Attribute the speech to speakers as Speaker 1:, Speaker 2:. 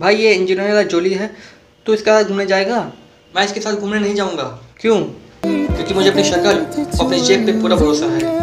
Speaker 1: भाई ये engineer jolly है तो इसके साथ घूमने जाएगा मैं इसके साथ घूमने नहीं जाऊंगा क्यों क्योंकि मुझे अपनी शक्ल और अपने जेब पे पूरा भरोसा है